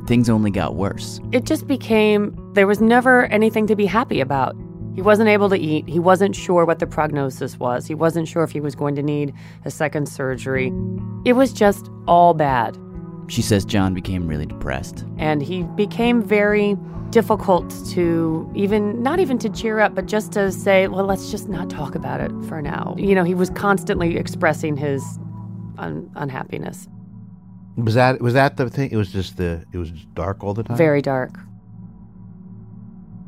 things only got worse.
It just became there was never anything to be happy about. He wasn't able to eat. He wasn't sure what the prognosis was. He wasn't sure if he was going to need a second surgery. It was just all bad.
She says John became really depressed.
and he became very difficult to even not even to cheer up but just to say well let's just not talk about it for now you know he was constantly expressing his un- unhappiness
was that was that the thing? It was just the it was just dark all the time.
very dark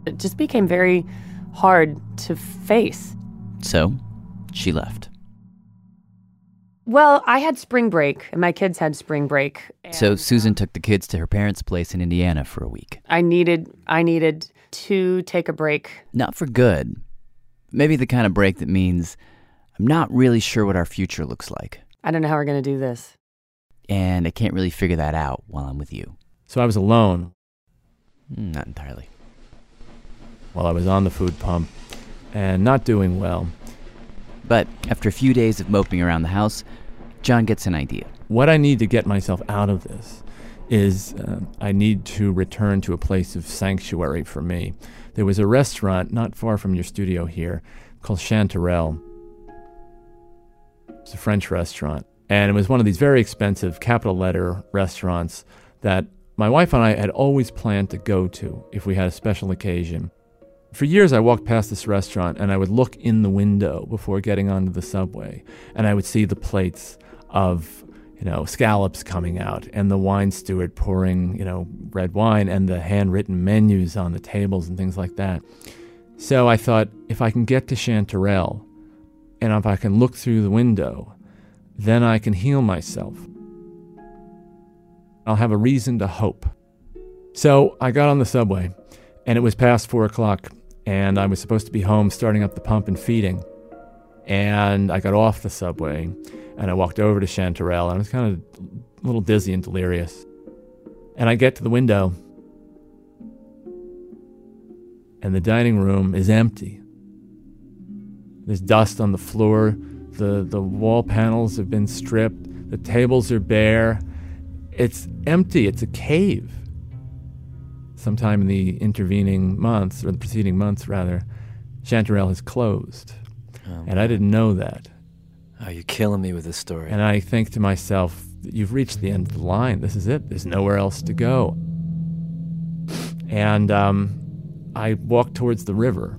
it just became very hard to face
So she left.
well i had spring break and my kids had spring break
So Susan took the kids to her parents' place in Indiana for a week.
i needed i needed to take a break
Not for good. Maybe the kind of break that means I'm not really sure what our future looks like,
i don't know how we're going to do this
and I can't really figure that out while I'm with you.
so I was alone
Mm, Not entirely.
while I was on the food pump and not doing well.
But after a few days of moping around the house, John gets an idea.
What I need to get myself out of this is uh, I need to return to a place of sanctuary for me. There was a restaurant not far from your studio here called Chanterelle. It's a French restaurant. And it was one of these very expensive capital letter restaurants that my wife and I had always planned to go to if we had a special occasion. For years, I walked past this restaurant and I would look in the window before getting onto the subway, and I would see the plates of, you know, scallops coming out and the wine steward pouring, you know, red wine and the handwritten menus on the tables and things like that. So I thought, if I can get to Chanterelle and if I can look through the window, then I can heal myself. I'll have a reason to hope. So I got on the subway, and it was past four o'clock, and I was supposed to be home starting up the pump and feeding. And I got off the subway, and I walked over to Chanterelle, and I was kind of a little dizzy and delirious. And I get to the window, and the dining room is empty. There's dust on the floor. The, the wall panels have been stripped. The tables are bare. It's empty. It's a cave. Sometime in the intervening months, or the preceding months, rather, Chanterelle has closed.
Oh,
and I didn't know that.
Oh, you're killing me with this story.
And I think to myself, you've reached the end of the line. This is it. There's nowhere else to go. And um, I walk towards the river.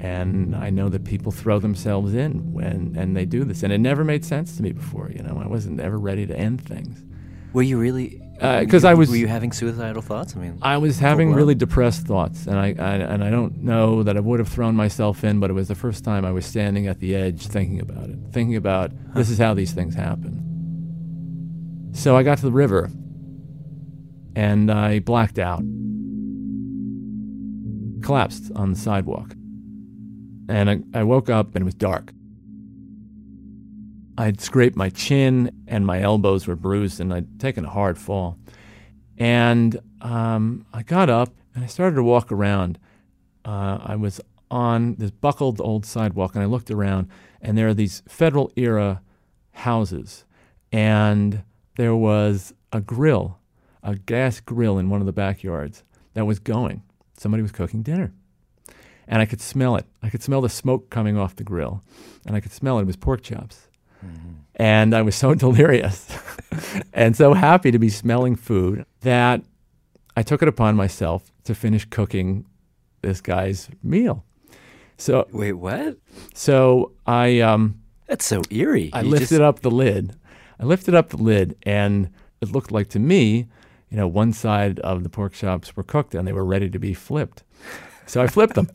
And I know that people throw themselves in when and they do this. And it never made sense to me before. You know, I wasn't ever ready to end things.
Were you really?
Because I was.
Were you having suicidal thoughts? I mean,
I was
full
having
blown?
really depressed thoughts, and I, I and I don't know that I would have thrown myself in, but it was the first time I was standing at the edge, thinking about it, thinking about this is how these things happen. So I got to the river, and I blacked out, collapsed on the sidewalk, and I, I woke up and it was dark. I'd scraped my chin and my elbows were bruised and I'd taken a hard fall. And um, I got up and I started to walk around. Uh, I was on this buckled old sidewalk and I looked around and there are these federal era houses. And there was a grill, a gas grill in one of the backyards that was going. Somebody was cooking dinner. And I could smell it. I could smell the smoke coming off the grill. And I could smell it. It was pork chops. And I was so delirious and so happy to be smelling food that I took it upon myself to finish cooking this guy's meal. So
wait, what?
So I um
That's so eerie.
I
You
lifted
just-
up the lid. I lifted up the lid and it looked like to me, you know, one side of the pork chops were cooked and they were ready to be flipped. So I flipped them.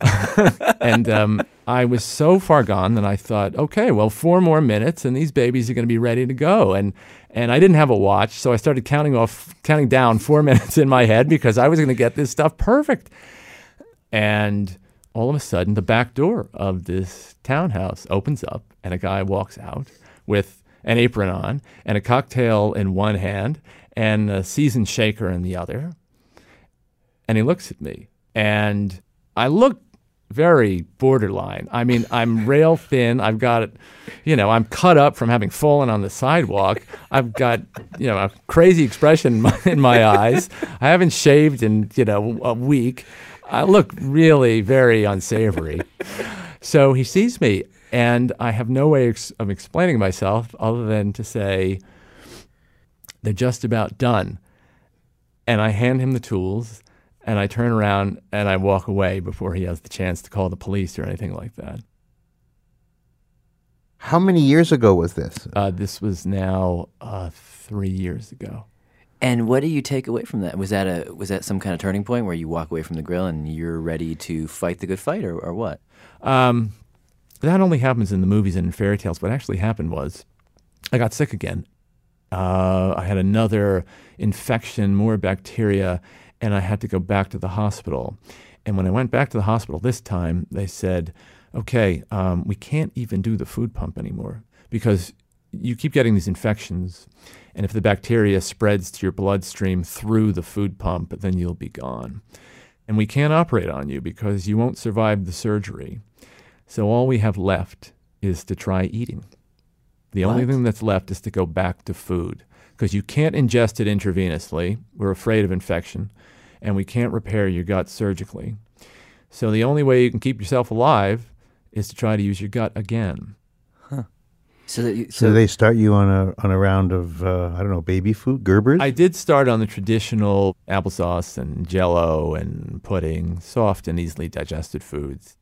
and um, I was so far gone that I thought, okay, well, four more minutes and these babies are going to be ready to go. And, and I didn't have a watch. So I started counting off, counting down four minutes in my head because I was going to get this stuff perfect. And all of a sudden, the back door of this townhouse opens up, and a guy walks out with an apron on and a cocktail in one hand and a seasoned shaker in the other. And he looks at me, and I look very borderline. I mean, I'm rail thin. I've got, you know, I'm cut up from having fallen on the sidewalk. I've got, you know, a crazy expression in my, in my eyes. I haven't shaved in, you know, a week. I look really very unsavory. So he sees me, and I have no way ex- of explaining myself other than to say, they're just about done. And I hand him the tools and I turn around and I walk away before he has the chance to call the police or anything like that.
How many years ago was this?
Uh, this was now uh, three years ago.
And what do you take away from that? Was that a was that some kind of turning point where you walk away from the grill and you're ready to fight the good fight, or, or what?
Um, that only happens in the movies and in fairy tales. What actually happened was I got sick again. Uh, I had another infection, more bacteria, and I had to go back to the hospital. And when I went back to the hospital this time, they said, okay, um, we can't even do the food pump anymore because you keep getting these infections. And if the bacteria spreads to your bloodstream through the food pump, then you'll be gone. And we can't operate on you because you won't survive the surgery. So all we have left is to try eating. The only
What?
thing that's left is to go back to food because you can't ingest it intravenously. We're afraid of infection and we can't repair your gut surgically. So the only way you can keep yourself alive is to try to use your gut again.
So that you,
So, they start you on a on a round of uh, I don't know baby food Gerber's.
I did start on the traditional applesauce and jello and pudding, soft and easily digested foods.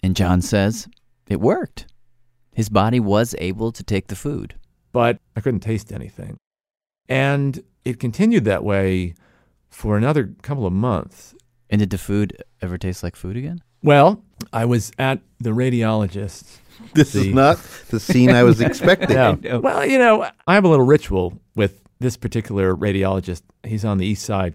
And John says it worked. His body was able to take the food.
But I couldn't taste anything. And it continued that way for another couple of months.
And did the food ever taste like food again?
Well, I was at the radiologist.
This is not the scene I was expecting.
No.
I know.
Well, you know, I have a little ritual with this particular radiologist. He's on the east side.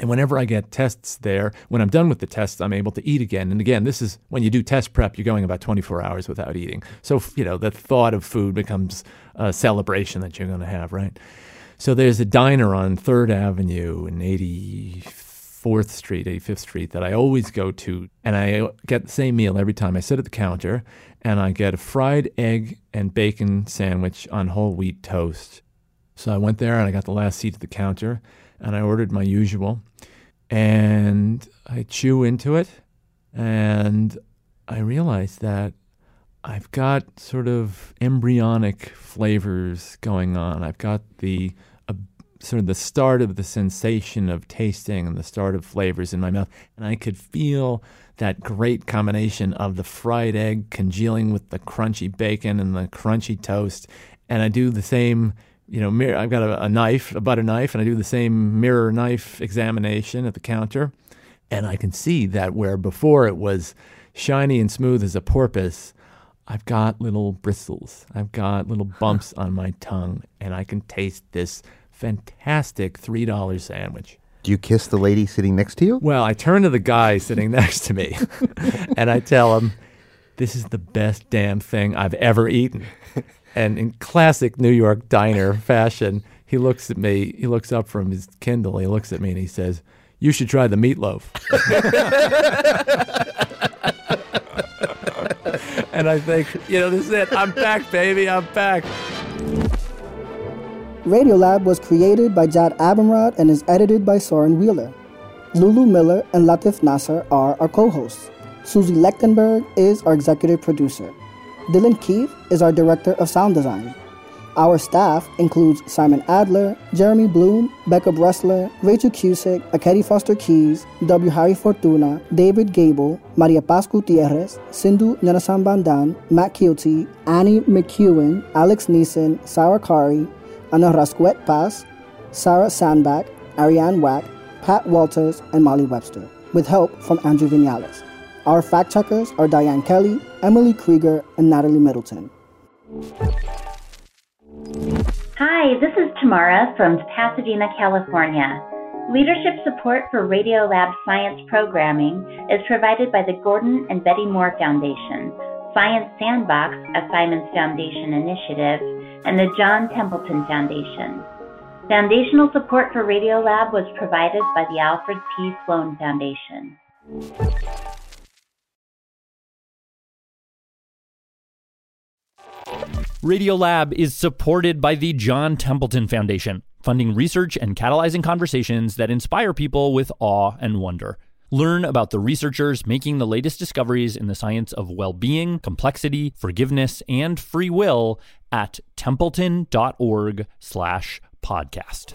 And whenever I get tests there, when I'm done with the tests, I'm able to eat again. And again, this is when you do test prep, you're going about 24 hours without eating. So, f- you know, the thought of food becomes a celebration that you're going to have, right? So there's a diner on 3rd Avenue and 84th Street, 85th Street that I always go to. And I get the same meal every time. I sit at the counter and I get a fried egg and bacon sandwich on whole wheat toast. So I went there and I got the last seat at the counter and I ordered my usual. And I chew into it and I realized that I've got sort of embryonic flavors going on. I've got the uh, sort of the start of the sensation of tasting and the start of flavors in my mouth. And I could feel that great combination of the fried egg congealing with the crunchy bacon and the crunchy toast. And I do the same, you know, mir- I've got a, a knife, a butter knife, and I do the same mirror knife examination at the counter. And I can see that where before it was shiny and smooth as a porpoise, I've got little bristles. I've got little bumps on my tongue, and I can taste this fantastic $3 sandwich.
Do you kiss the lady sitting next to you?
Well, I turn to the guy sitting next to me and I tell him, this is the best damn thing I've ever eaten. and in classic New York diner fashion, he looks at me, he looks up from his Kindle, he looks at me and he says, You should try the meatloaf. and I think, you know, this is it. I'm back, baby. I'm back.
Radiolab was created by Jad Abumrad and is edited by Soren Wheeler. Lulu Miller and Latif Nasser are our co hosts. Susie Lechtenberg is our executive producer. Dylan Keefe is our director of sound design. Our staff includes Simon Adler, Jeremy Bloom, Becca Bressler, Rachel Cusick, Akedi Foster Keys, W. Harry Fortuna, David Gable, Maria Paz Gutierrez, Sindhu Nyanasan Bandan, Matt Keelty, Annie McEwen, Alex Neeson, Sarah Kari, Anna Rasquet Paz, Sarah Sandback, Ariane Wack, Pat Walters, and Molly Webster, with help from Andrew Vinales. Our fact checkers are Diane Kelly, Emily Krieger, and Natalie Middleton.
Hi, this is Tamara from Pasadena, California. Leadership support for Radiolab science programming is provided by the Gordon and Betty Moore Foundation, Science Sandbox, a Simons Foundation initiative, and the John Templeton Foundation. Foundational support for Radiolab was provided by the Alfred P. Sloan Foundation.
Radiolab is supported by the John Templeton Foundation, funding research and catalyzing conversations that inspire people with awe and wonder. Learn about the researchers making the latest discoveries in the science of well being, complexity, forgiveness, and free will at templeton.org slash podcast.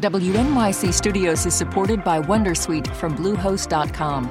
WNYC Studios is supported by Wondersuite from Bluehost.com.